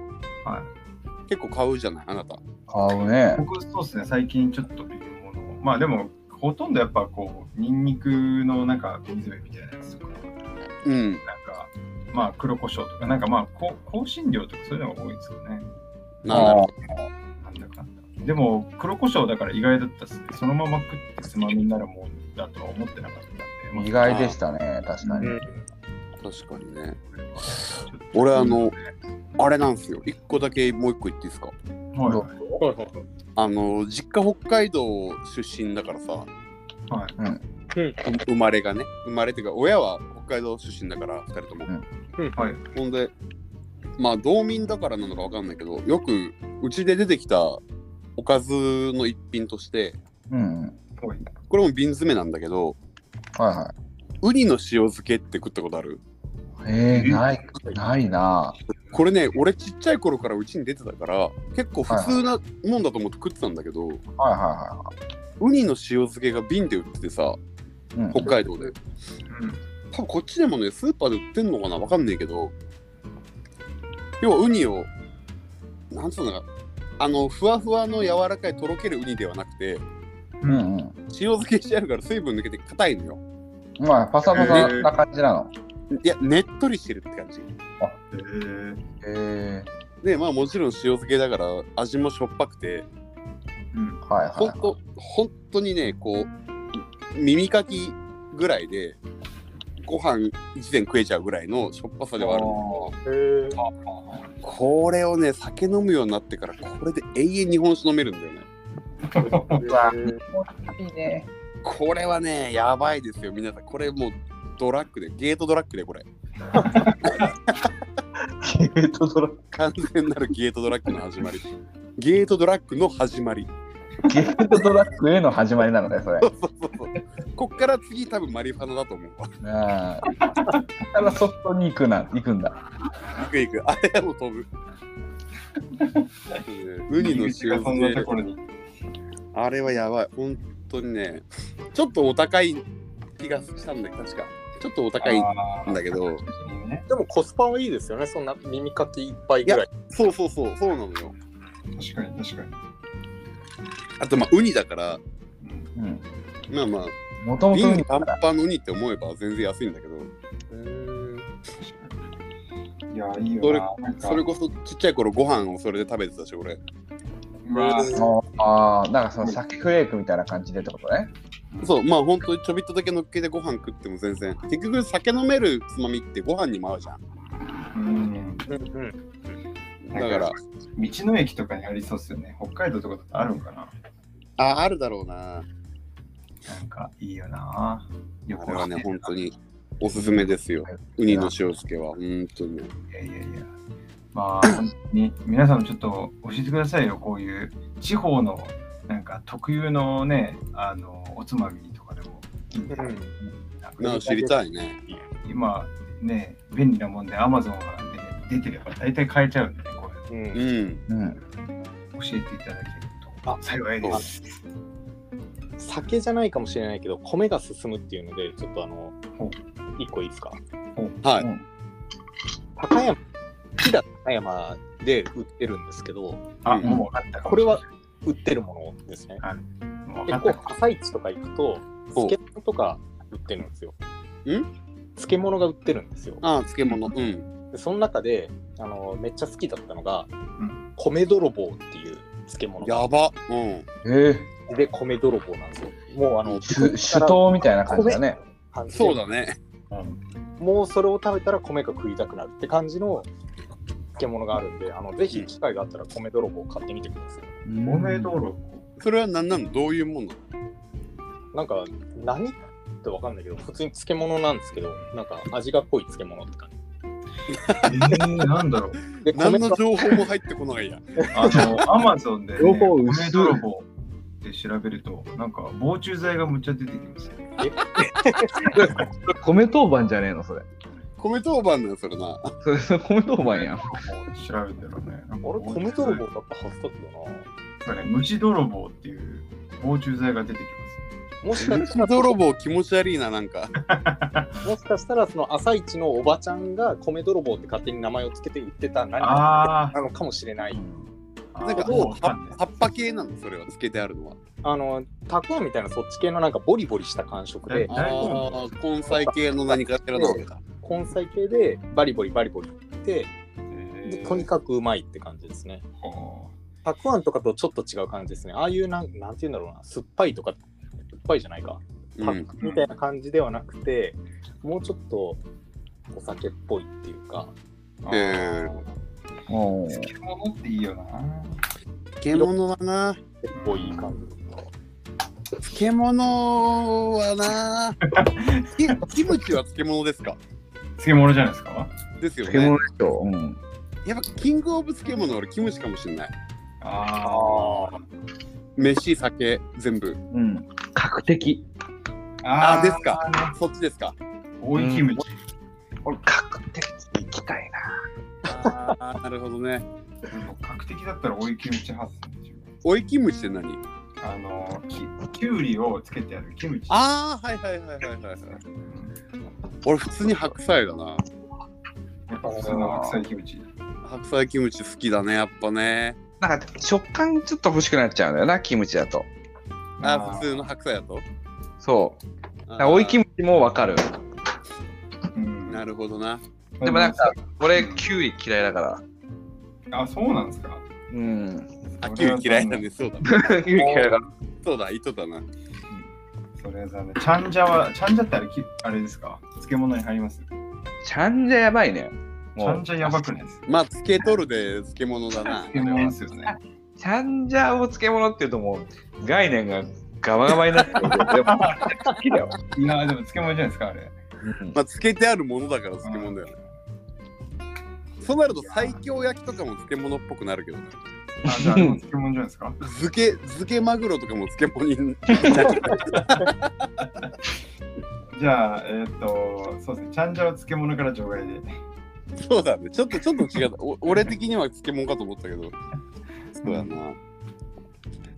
A: 結構買うじゃないあなた
B: 買うね。
C: 僕、そうですね、最近ちょっと微妙なもの。まあでも、ほとんどやっぱこう、ニンニクのなんか瓶詰めみたいなやつとか、なん
A: うん
C: か、まあ黒胡椒とか、なんかまあこ香辛料とかそういうのが多いですよね。
A: なんだろ
C: なんだかんだ。でも、黒胡椒だから意外だったっすね。そのまま食ってつまみになるもんだとは思ってなかったんで。で、まあ
B: 意外でしたね、確かに。
D: うん
A: 確かにね。
C: これはちょっと
A: 俺あのあれなんですよ。一個だけもう一個言っていいですか。
C: はい
B: ど
D: はいはい
A: あの実家北海道出身だからさ、
C: はい
A: 生生まれがね、生まれっていうか親は北海道出身だから二人とも。
C: はい
A: ほんで、まあ道民だからなのかわかんないけど、よくうちで出てきたおかずの一品として、
B: うん。はい
C: はい
A: これも瓶詰めなんだけど、
B: は
A: ウニの塩漬けって食ったことある
B: い。え
C: え
B: ー、ない、ないな
A: これね、俺ちっちゃい頃からうちに出てたから、結構普通なもんだと思って食ってたんだけど、
B: はいは
A: ウニの塩漬けが瓶で売っててさ、
B: いはい。うん
A: 北海道で。
C: うん
A: 多分こっちでもね、スーパーで売ってんのかなわかんないけど、要はウニを、なんつうのかな、あの、ふわふわの柔らかいとろけるウニではなくて、
B: うんうん。
A: 塩漬けしてあるから水分抜けて硬いのよ。
B: まあ、パサパサな感じなの。
A: いや、ねっとりしてるって感じ。
C: えー
B: え
A: で、まあもちろん塩漬けだから味もしょっぱくて、
C: うん
B: ー、はいはい。
A: ほんと、本当にね、こう、耳かきぐらいで、ご飯一膳食えちゃうぐらいのしょっぱさではあるんだ
D: へえ
A: けど、これをね、酒飲むようになってから、これで永遠日本酒飲めるんだよね。
B: わいいね。
A: これはね、やばいですよ、皆さん。これもうドラッグで、ゲートドラッグで、これ。
B: ゲートドラ
A: 完全なるゲットドラッグの始まり。ゲートドラッグの始まり。
B: ゲートドラッグへの始まりなのね、それ。
A: そうそうそうそう。こっから次多分マリファナだと思うわ。 *laughs*
B: うん。だからそっとに行くな、行くんだ。
A: いくいく。あれも
C: *laughs*
A: 飛ぶ。ウニの塩
C: がそんなと
A: 漬
C: ころに
A: け。あれはやばい。本当にね。ちょっとお高い気がしたんだよ、確か。ちょっとお高いん
C: あー
A: だけど。
C: ね
D: でもコスパはいいですよね、そんな耳かき一杯ぐらい。
A: そうそうそう、そうなのよ。
C: 確かに確かに
A: あと、まあ、ウニだから、
C: うん
B: うん。
A: まあまあ、
B: もともと
A: 瓶パンパンのウニって思えば全然安いんだけど、
C: 確かにいやーいい
A: そ
C: よ
A: れ
C: ななんか
A: それこそちっちゃい頃ご飯をそれで食べてたし、俺。
C: うわー
B: ああ、なんかその鮭フレークみたいな感じでってことね。
A: そう、まあ本当にちょびっとだけ乗っけてご飯食っても全然。結局酒飲めるつまみってご飯にも合うじゃん。
C: うん
D: うん
A: だから
C: 道、の駅とかにありそうっすよね北海道とかだとあるんかな
A: あ、あるだろうな。
C: なんかいいよな旅
A: これはね、
C: して
A: 本当におすすめですよ。ウニの塩漬けは、本当に。
C: いやいやいや。まあ、本当に皆さんもちょっと教えてくださいよ、こういう地方のなんか特有のね、あの、おつまみとかでもいいんで。
D: うん
C: なんか
A: なあ知りたいね。
C: 今ね、便利なもんで Amazon が、ね、出てれば大体買えちゃうんでね、こ
D: う。
A: うん
B: う
A: ん。
B: ん。
C: れ教えていただけると
D: あ
C: 幸いです。
D: 酒じゃないかもしれないけど、米が進むっていうので、ちょっとあの
C: ほう、
D: 一個いいですか。
A: はい。
D: 高山、飛騨高山で売ってるんですけど、
C: あ、
A: うん
C: もう分かったかも
D: これは売ってるものですね。
C: もう分
D: 結
C: かっ
D: 構
C: たか
D: 朝市とか行くと
A: ほう
D: 漬物とか売ってるんですよ。
A: ん
D: 漬物が売ってるんですよ。
A: ああ、漬物。うん。
D: でその中であのめっちゃ好きだったのが、
C: ん
D: 米泥棒っていう漬物が
A: やば。うん。
B: え
D: で米泥棒なんですよ。もうあ
B: え
D: の
B: ー、し首頭みたいな感じだね。
D: 感じで
A: そうだね。
D: もうそれを食べたら米が食いたくなるって感じの漬物があるんであのぜひ機会があったら米泥棒買ってみてください。
C: おめ道路。
A: それは何なのどういうもんなの
D: なんか何ってわかんないけど普通に漬物なんですけどなんか味が濃い漬物って感
C: えー、なんだろう。
D: じ。で米
A: 何
D: が
A: の情報も入ってこないや。
C: あの、Amazon で、ね、
B: 両方薄い
C: 米泥棒って調べると、なんか防虫剤がむっちゃ出てきますよ。
B: 米当番じゃねえの、それ。
A: 米当番なんそれな。
B: それ、それ米当番やん。
C: 調べたらね、なんか
D: 俺
C: 防
D: 米
C: 虫剤
D: 泥棒だったはずだけどな。
C: なんかね虫泥棒っていう防虫剤が出てき
D: もしかしたら
A: 泥棒気持ち悪いな、なんか。
D: もしかしたらその朝一のおばちゃんが米泥棒って勝手に名前をつけて売ってた何
C: ます。
D: か
C: あ
D: なのかもしれない。
C: あ、
A: なんか、
C: も
A: も
C: う
A: う葉葉っぱ系なのそれは、漬けてあるのは。
D: あのたくあんみたいなそっち系のなんかボリボリした感触で
C: え大
A: あ
C: 根
A: あ、根菜系の何かしらの。
D: 根菜系でバリボリバリボリってでとに
C: か
D: かくうまいって感じですね。たくあんとかとちょっと違う感じですね。ああいうなんなんていうんだろうな酸っぱいとか酸っぱいじゃないか。パッみたいな感じではなくて、もうちょっとお酒っぽいっていうか、
A: えー
B: おー
C: 漬物っていいよな。
A: 漬物はな
D: っぽい感じの。
A: 漬物はな *laughs* キキムチは漬物ですか
C: 漬物じゃないですか
A: ですよ
B: 漬物
A: ね
B: でしょ。うん。
A: やっぱキングオブ漬物は俺キムチかもしれない
C: あ
A: 飯酒全部
B: うん。確的。
C: ーあ
A: あーですか。そっちですか
C: 大いキムチ。
B: 俺、確的行きたいな。
A: あーなるほどね
C: 確的だったら大いキムチ発生でしょ。
A: おいキムチって何
C: あのき、きゅうりをつけてあるキムチ。
A: ああはいはいはいはいはいはい俺普通に白菜だな
C: やっぱ普通の白菜キムチ。
A: 白菜キムチ好きだねやっぱね
B: なんか、食感ちょっと欲しくなっちゃうんだよな、キムチだと。
A: あー普通の白菜だと
B: そう。だからおいキ
A: ム
B: ムチもわかる。
C: うん
A: なるほどな
B: でもなんか、俺
C: う、ん
B: キュウリ嫌いだから。
C: あ、そうなんですか。
B: うん。
A: あキュウリ嫌いだねそうだね
B: *laughs* キュウリ嫌いだから。
A: そうだ言っとったな
C: それは残念。チャンジャは、チャンジャってあれきあれですか漬物に入ります
B: ちゃんじゃやばいね。
C: チ
B: も
C: ャン
B: う、
C: ジャやばくないですか
A: まあ漬けとるで漬物だな
C: 漬物ですよね。
B: ちゃんじゃを漬物っていうともう、概念がガバガバになってる。でも、 *laughs* 好きだよ。
C: いやーでも漬物じゃないですか、あれ。
B: うん
A: まあ漬けてあるものだから漬物だよねそうなると最強焼きとかも漬物っぽくなるけどね
C: あ、じゃあ、あれも漬物じゃないですか。
A: 漬け漬けマグロとかも漬物に *laughs*
C: じゃあ、えーっ、と、そうですね、チャンジャは漬物から除外で。
A: そうだねちょっとちょっと違ったお俺的には漬物かと思ったけどそうやな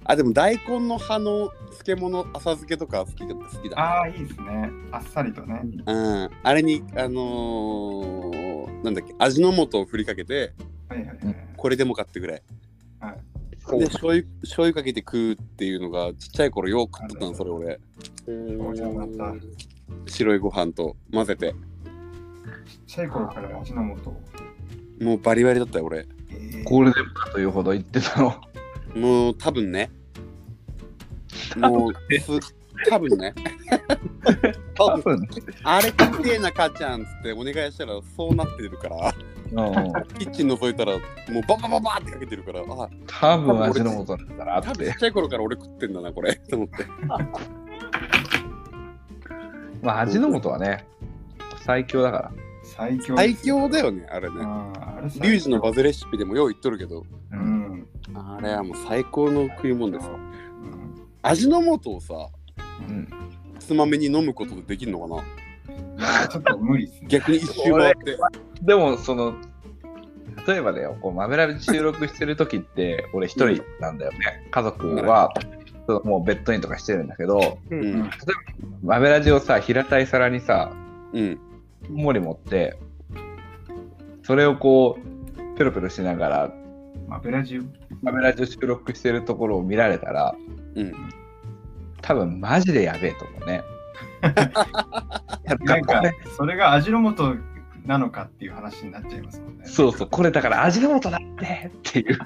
A: あでも大根の葉の漬物浅漬けとか好きだ好きだ
C: ああ、いいですね。あっさりとね。
A: うん、あれにあのーなんだっけ味の素を振りかけて
C: はいはいはい。
A: これでもかってぐらい
C: はい
A: で醤油醤油かけて食うっていうのがちっちゃい頃よく食っとったのそれ俺
C: おじゃまた。ちっ
A: 白いご飯と混ぜて
C: ちゃい頃から味の素を。
A: もうバリバリだったよ俺
C: えー
B: ゴールデンかというほど言ってたの。
A: もう多分ねもうす多分ね多分
B: 分。
A: あれきれいな母ちゃんっつってお願いしたらそうなってるから
B: うん。
A: キッチン覗いたらもうババババーってかけてるからあ
B: 多分味の素なんだな
A: 多
B: っ
A: 分ち
B: て
A: っ。ちゃい頃から俺食ってんだなこれと思って
B: まあ味の素はね、最強だか
C: 最強です
A: 最強だよねあれね
C: あーあれ最強
A: リュウジのバズレシピでもよう言っとるけど
C: う
B: ら。うん。
C: ん。
A: あれはもう最高の食い物です
C: う
A: よ
C: ん
A: 味の素をさ
B: うん
A: つまみに飲むことでできるのかない
C: やー *laughs* ちょっと無理ですね。
A: 逆に一周回って
B: でも、その、例えばだよ、こう、マベラで収録してる時って、俺一人なんだよね。家族は、そのもうベッドインとかしてるんだけど、
A: う
D: うん
A: ん
B: マベラジをさ、平たい皿にさ、
A: うん
B: 盛り持って、それをこう、ペロペロしながら、
C: まあ、ベラジオ。
B: マベラジを収録してるところを見られたら、
A: うん
B: 多分マジでやべえと思うね。やっぱ
C: なん
B: こ
C: か
B: れ、
C: それが味の素なのかっていう話になっちゃいますもんね。
B: そうそう、これだから味の素だってっていう。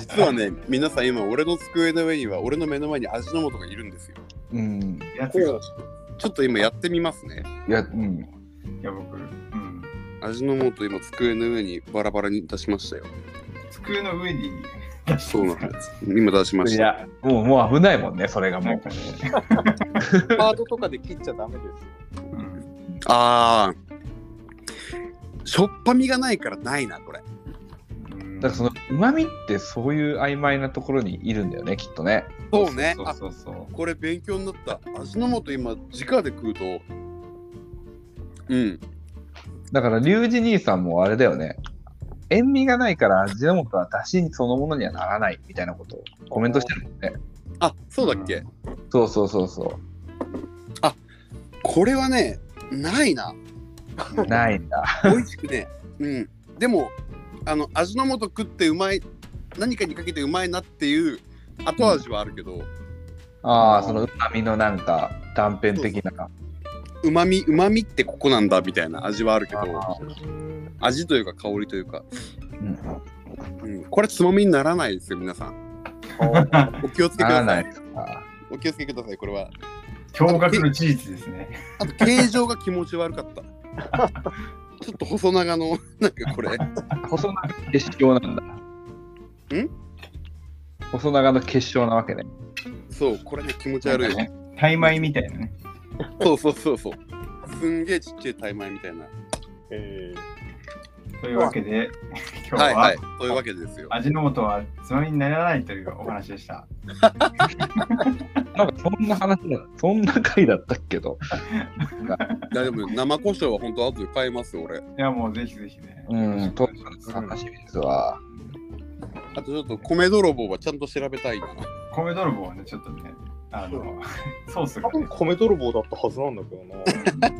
A: 実はね皆さん今俺の机の上には俺の目の前に味の素がいるんですよ
B: うん。
C: やつが。
A: ちょっと今やってみますね
B: いや、うん。
C: いや、僕、うん。
A: 味の素今机の上にバラバラに出しましたよ
C: 机の上に出して
A: そ
C: る
A: うんな
C: ですか
A: んです今出しま
B: い
A: した
B: や、もう、もう危ないもんね、それが
C: な
B: も
C: ん
B: う。
C: かね、
D: カードとかで切っちゃダメですよ。
C: うん
A: あーしょっぱみがないからないなこれ
C: うん
B: だからその、うまみってそういう曖昧なところにいるんだよね、きっとね。
A: そうね
C: そうそうそう。
A: これ勉強になった味の素今直で食うとうん
B: だから、リュウジ兄さんもあれだよね。塩味がないから味の素は出汁そのものにはならないみたいなことをコメントしてるもんね。
A: あそうだっけ
B: そうそうそうそ
A: これはねないな
B: う。ないんだ。
A: 美味しくねうんでもあの味の素食ってうまい何かにかけてうまいなっていう後味はあるけど
B: ああ、そのうまみのなんか断片的な。
A: うまみうまみってここなんだみたいな味はあるけど
B: ああ
A: 味というか香りというか、
B: うん
A: うん、これつまみにならないですよ皆さんお気をつけく
B: なら
A: ださ
B: ないいですか。
A: お気をつけください、これは。
C: 驚愕の事実ですね。
A: あと、形状が気持ち悪かった。 *laughs* ちょっと細長の、なんかこれ、
B: 細長の結晶なんだ。ん細長の結晶なわけね。
A: そう、これね、気持ち悪いよ。
C: なんかねタイ米みたいなね。
A: そうそうそうそう。すんげえちっちゃいタイマイみたいな。
D: え
C: というわけで、今
A: はい
C: 日
A: は。
C: はい
A: そういうわけですよ。
C: 味の素はつまみにならないというお話でした。
B: なんかそんな話だ、そんな回だったっけど。
A: 大丈夫。生胡椒は本当後で買えますよ、俺。
C: いや、もうぜひぜひね。
B: うん、と楽
C: ん
B: しみですわ。
A: あとちょっと米泥棒はちゃんと調べたいな。
C: 米泥棒はね、ちょっとね、あの、 *laughs* ソース
D: ー、
C: が
D: 多分
C: ね、
D: 米泥棒だったはずなんだけどな。違っ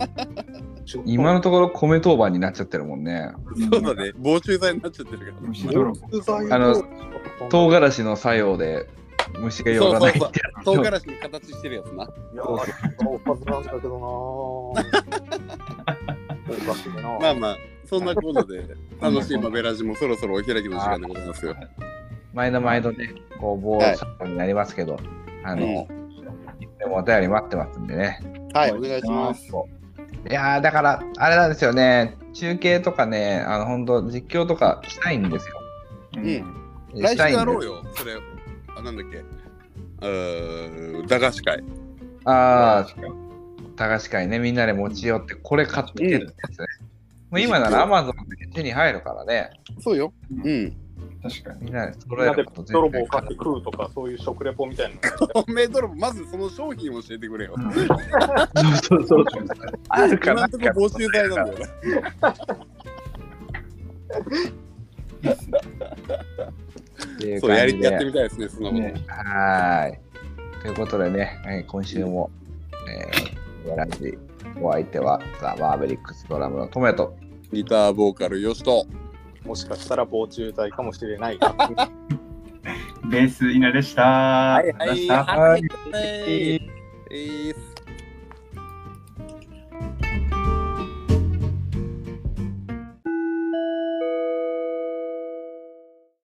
D: た
B: *laughs* 今のところ米当番になっちゃってるもんね。
A: そうだね。防虫剤になっちゃってるから。
C: 虫泥棒。
D: 不在
B: あの唐
D: と
B: 辛子の作用で虫が寄らないってやつ
A: 唐辛子の形してるやつな。
D: いやー、おかずなんだけど *laughs* なー。おかしいな。
A: まあまあ、そんなことで、楽しいマベラジもそろそろお開きの時間でございますよ。
B: 前の毎度ね、こう、棒作業になりますけど、あの、いつでもお便り待ってますんでね。
A: はい、お願いします。
B: いやー、だから、あれなんですよね、中継とかね、あの、本当実況とかしたいんですよ。
A: う
C: う
A: ん
C: ん。
A: 来週やろう
B: よ。
A: よ、それ。あ、なんだっけ。うーん、駄菓子会。
B: あー、高橋会ね、みんなで持ち寄って、これ買ってるやつね。もう今なら Amazon で手に入るからね、
A: そうよ。うん。
C: 確かに。
B: みんなで揃え
D: なんで
B: ること
D: 泥棒
B: 全然
D: を買って食うとか、そういう食レポみたいなの。
A: 米泥棒、まずその商品を教えてくれよ。
B: *laughs* そうそうそう。あるか
A: 今
B: なん
A: とこ防臭剤なんだよね。
B: っていう
A: そうや
B: 感じ
A: り、やって
B: で。
A: みたいですね、 *laughs* そんなこと。
C: ね
B: はーい。ということでね、えー今週も、えー、やらじ、お相手は、ザ・マーベリックスドラムのトメと、
A: ギターボーカル、よしと。
D: もしかしたら防虫剤かもしれない。
C: ベース稲でした。
A: はいはい。
C: ありがとうございました
A: はい。えー